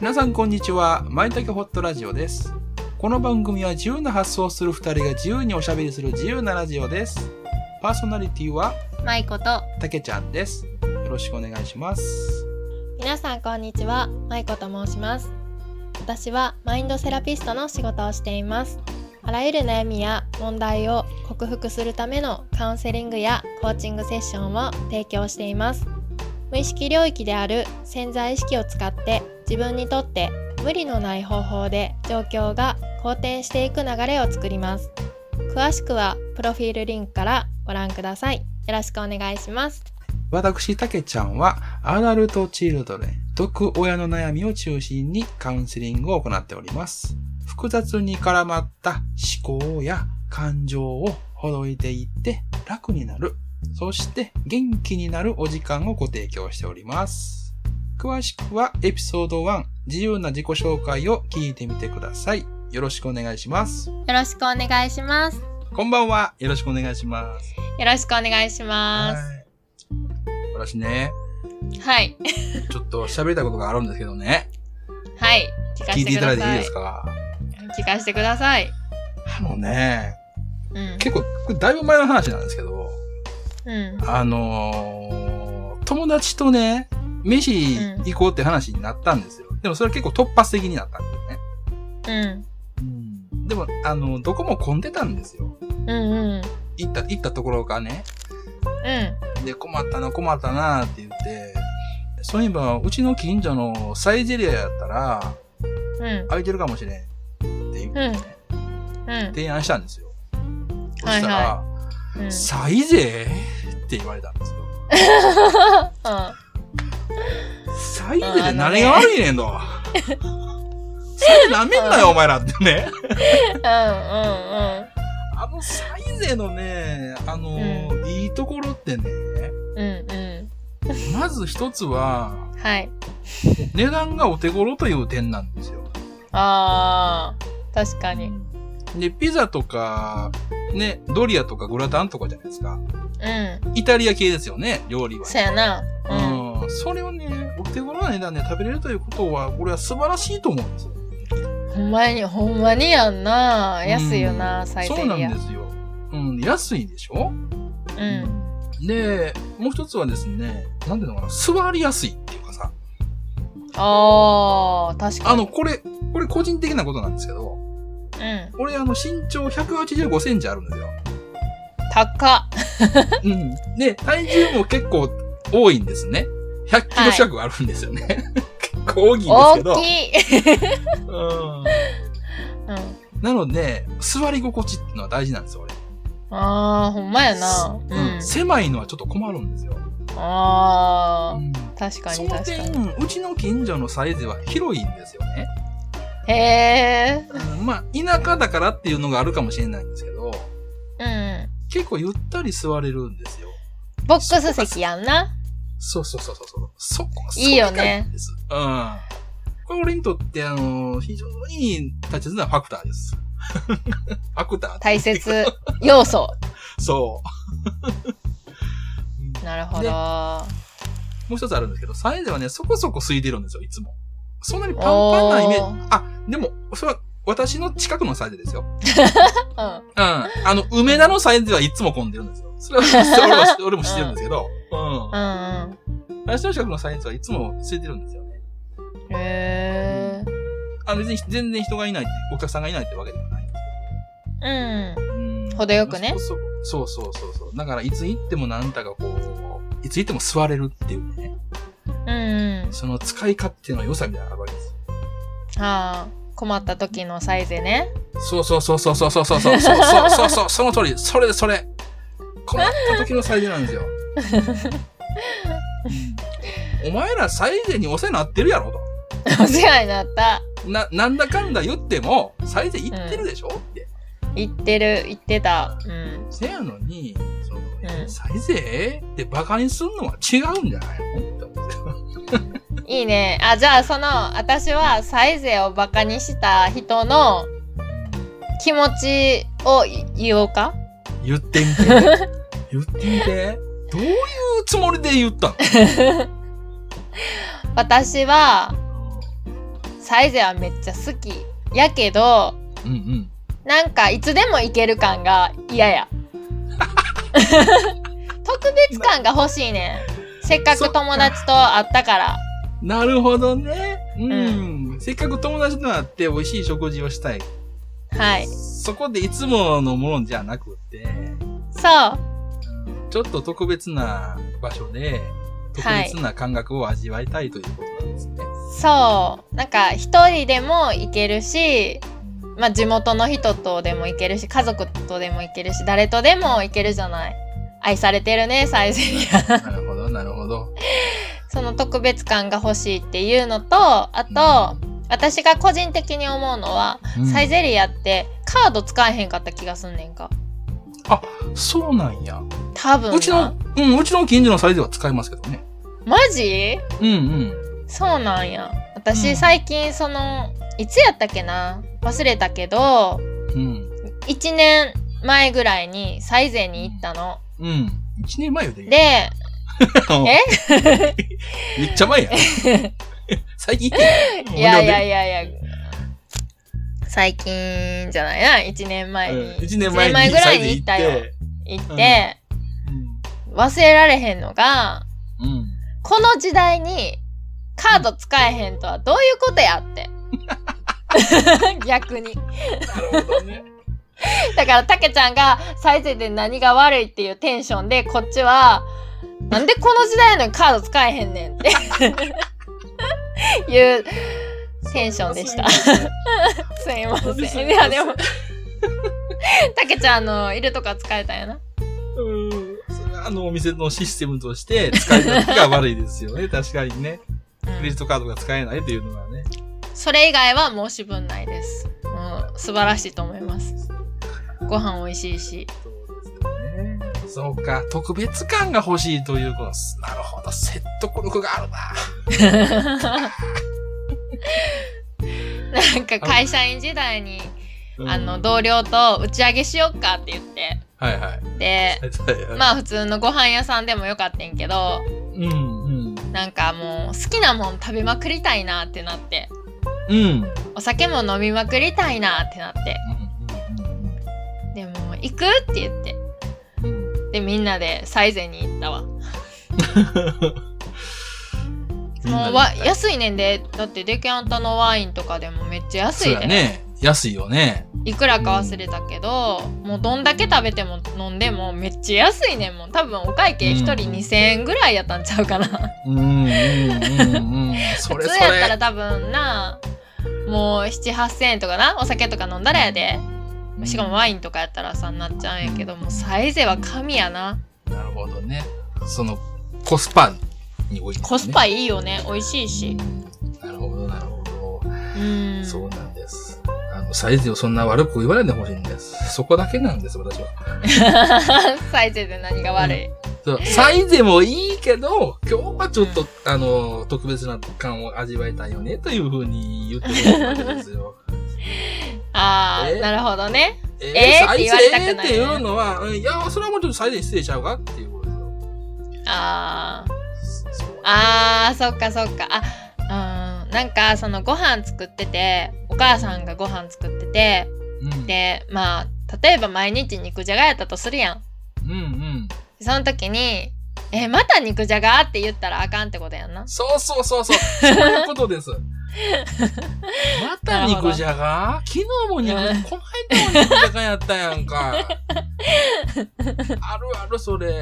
皆さんこんにちは。まいたけホットラジオです。この番組は自由な発想をする二人が自由におしゃべりする自由なラジオです。パーソナリティはまいことたけちゃんです。よろしくお願いします。皆さんこんにちはまいこと申します私はマインドセラピストの仕事をしていますあらゆる悩みや問題を克服するためのカウンセリングやコーチングセッションを提供しています無意識領域である潜在意識を使って自分にとって無理のない方法で状況が好転していく流れを作ります詳しくはプロフィールリンクからご覧くださいよろしくお願いします私、たけちゃんはアダルトチルドレン、毒親の悩みを中心にカウンセリングを行っております。複雑に絡まった思考や感情をほどいていって楽になる。そして元気になるお時間をご提供しております。詳しくはエピソード1、自由な自己紹介を聞いてみてください。よろしくお願いします。よろしくお願いしますこんばんは。よろしくお願いします。よろしくお願いします。はい私ね、はい。ちょっと喋りたいことがあるんですけどね。はい。聞か聞せいてていくただいだていいさい。ですか聞かせてください。あのね、うん。結構、これだいぶ前の話なんですけど、うん。あのー友達とね、飯行こうって話になったんですよ。でもそれは結構突発的になったんですよね。うん。でも、あの、どこも混んでたんですよ。うんうん。行った、行ったところがね。うん。で、困ったな、困ったなって言って、そういえば、うちの近所のサイゼリアやったら、うん。空いてるかもしれん。ってうん。うん。提案したんですよ。そはいはいしたら、うん。サイゼって言われたんですよ。サイゼで何が悪いねん と。サイゼなめんなよ、お前らってね。うあのサイゼのね、あの、ういいところってね、ん。うん。うん。うまず一つは、ん。はい。値段がお手頃という点なんですよ。あー。確かに。で、ピザとか、ね、ドリアとかグラタンとかじゃないですか。うん。イタリア系ですよね、料理は。そやな。うん。うん、それをね、お手頃な値段で食べれるということは、これは素晴らしいと思うんですよ。ほんまに、ほんまにやんな。安いような、んサイゼリア。そうなんですよ。うん、安いでしょうん。で、もう一つはですね、なんていうのかな、座りやすいっていうかさ、あー、確かあに。の、これ、これ個人的なことなんですけど、うん。俺あの身長185センチあるんです よ。高っ。うん。で、体重も結構多いんですね。100キロ弱あるんですよね。 結構大きいんですけど。大きい。うん。うん。なので、座り心地っていうのは大事なんですよ、俺。ああ、ほんまやな。ううんん。狭いのはちょっと困るんですよ。あうんあ、確かそにの確かに。点、うちの近所のサイズは広いんですよね。へえ。うんまあ、田舎だからっていうのがあるかもしれないんですけど、うん。結構ゆったり座れるんですよ。ボックス席やんな。そうそうそうそうそう。そこ、そこいいよねがです。うん。これ俺にとって、あの、非常に大切なファクターです。 ファクター大切要素。そううん。なるほでど。あもう一つあるんですけど、サイズはね、そこそこ空いてるんですよ、いつも。そんなにパンパンなイメージ。あ、でも、それは私の近くのサイズですよ。うん。あの、梅田のサイズはいつも混んでるんですよ。それは俺は俺も知ってるんですけど。うん うん。うん私の近くのサイズはいつも空いてるんですよね。うん。へえ。あ別に全然人がいないって、お客さんがいないってわけではないんですうけど。ん。うん程よくねそそうそうそうそう。だからいつ行ってもなんだかこう、いつ行っても座れるっていうね、うん。その使い勝手の良さみたいなのがあるわけです。はあ。困った時のサイズね。そうそうそうそうそうそうそうそうそうそうそうそう、その通り、それでそれ。困った時のサイズなんですよ。お前らサイズにお世話になってるやろと。お世話になった。な、なんだかんだ言っても、サイゼ行ってるでしょ、って。言ってる、言ってた。うん。せやのに、その、うんサイゼってバカにすんのは違うんじゃないのって思って。いいね。あ、じゃあその、私はサイゼをバカにした人の気持ちを言おうか言ってみて。言ってみて。どういうつもりで言ったの私はサイゼはめっちゃ好きやけどうんうん。なんかいつでも行ける感が嫌や特別感が欲しいねんせっかそくっか友達と会ったからなるほどね。うん。せっかく友達と会って美味しい食事をしたい。はいそこでいつものものじゃなくて、そうちょっと特別な場所で、特別な感覚を味わいたいということなんです ね。そうなんか一人でも行けるし、まあ、地元の人とでも行けるし家族とでも行けるし誰とでも行けるじゃない愛されてるねサイゼリアなるほど、なるほ ど。その特別感が欲しいっていうのとあと、私が個人的に思うのは、うんサイゼリアってカード使えへんかった気がすんねんかそうなんや。多分なうちの、うん、うちの近所のサイズは使いますけどね。マジうんうん。そうなんや私、うん最近そのいつやったっけな忘れたけどうん。 1年前ぐらいにサイゼに行ったの。うん。一年前よで。 で、えめっちゃ 前や。最近行ってんいやいやや。いやいや、最近じゃないな、1年前に。うん一年前に一ぐらいサイにズ行ったよ。行てって、忘れられへんのが、うん。うんこの時代にカード使えへんとはどういうことやって。 逆に。なるほど ね。だから、たけちゃんがサイゼで何が悪いっていうテンションで、こっちは、なんでこの時代やのにカード使えへんねんっていうテンションでした。すいまそうですせねん。いや、でも、たけちゃんのいるとか使えたんやな。うん。それはあのお店のシステムとして使い方が悪いです よね。確かにね。うんクレジットカードが使えないっていうのはね。それ以外は申し分ないです。うん、素晴らしいと思います。ご飯美味しいし。そうですね。そうか。特別感が欲しいということです。なるほど。説得力があるな。なんか会社員時代に、うんあの同僚と打ち上げしよっかって言ってはいはい。であ、まあ普通のご飯屋さんでもよかったんやけどうんうん。なんかもう好きなもん食べまくりたいなってなってうん。うんお酒も飲みまくりたいなってなってでも行くって言ってうんうんうん。でみんなでサイゼに行ったわもうわ安いねんでだってデキャンタのワインとかでもめっちゃ安そういやで、ね。安いよね。いくらか忘れたけど、もうどんだけ食べても飲んでもめっちゃ安いねんもん多分お会計1人うん2,000円ぐらいやったんちゃうかな、うん うんうんうん。そ普れそ通やったられ。多分なもう7,8,000円とかなお酒とか飲んだらやでしかもワインとかやったらさなっちゃうんやけどもうサイゼは神やななるほどね。そのコスパにおいて、ね。コスパいいよね美味しいしなるほどなるほうん ど。そうなんです。あのサイズをそんな悪く言わないでほしいんです。そこだけなんです私は。サイゼで何が悪い、そうサイズもいいけど今日はちょっとあの特別な感を味わいたいよねというふうに言ってくるわけですよ。ああえなるほどねえ えーってー、言われたくないっていうのは、うんいや、それはもうちょっと最善失礼ちゃうかっていうことあーですよ。そうあーそっかそっかあうんなんかそのご飯作っててお母さんがご飯作っててうん、でまあ例えば毎日肉じゃがやったとするやんうんうん。その時に「えまた肉じゃが?」って言ったらあかんってことやんなそうそうそうそう。そういうこと です。また肉じゃが昨日も肉、うんこの間も肉じゃがやったやん か。あるあるそれ。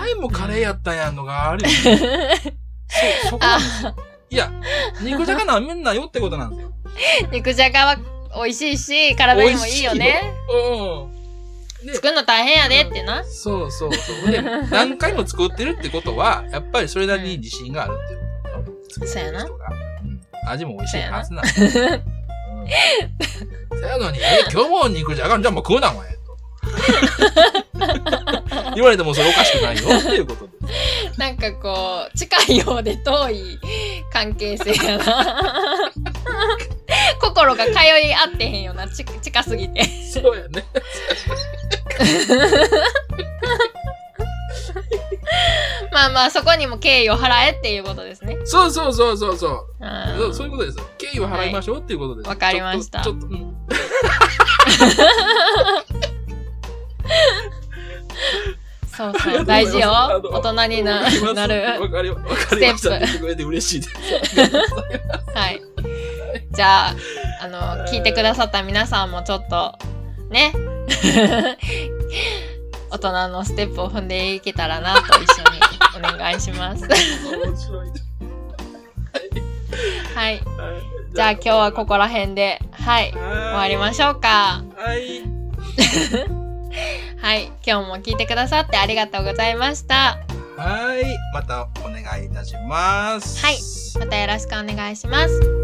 前もカレーやったやんのがあるよね。そう、そこなん ですよ。いや、肉じゃがなめんなよってことなんですよ。肉じゃがは美味しいし体にもいいよねうん。で作るの大変やでってな、そうそうそう。 で、何回も作ってるってことは、やっぱりそれなりに自信があるっていうことそうやな作ってる人がうん味も美味しいそうやなはずなの。うんそやのに、え、今日も肉じゃがんじゃあもう食うな、お 前。と言われてもそれおかしくないよっていうことでなんかこう近いようで遠い関係性や な心が通い合ってへんよなち近すぎてす。そうやね。まあまあそこにも敬意を払えっていうことですねそうそうそうそうそう。あーそうそういうことです。敬意を払いましょうっていうことです。はいわかりましたちょっと。ちょっとうんそうあり そがとう、大うご事ざいよますあ。の大人になわかりますなわる。かりわかりましステた。ップ言ってくれて嬉しいです。はい。じゃあ、あの、聞いてくださった皆さんもちょっと、ね。 大人のステップを踏んでいけたらなと一緒にお願いします。 面白い。はい。じゃあ今日はここら辺で、はい。終終わりましょうか。す。はい。はい。今日も聞いてくださってありがとうございました。はい。またお願いいたします。はいまたよろしくお願いします。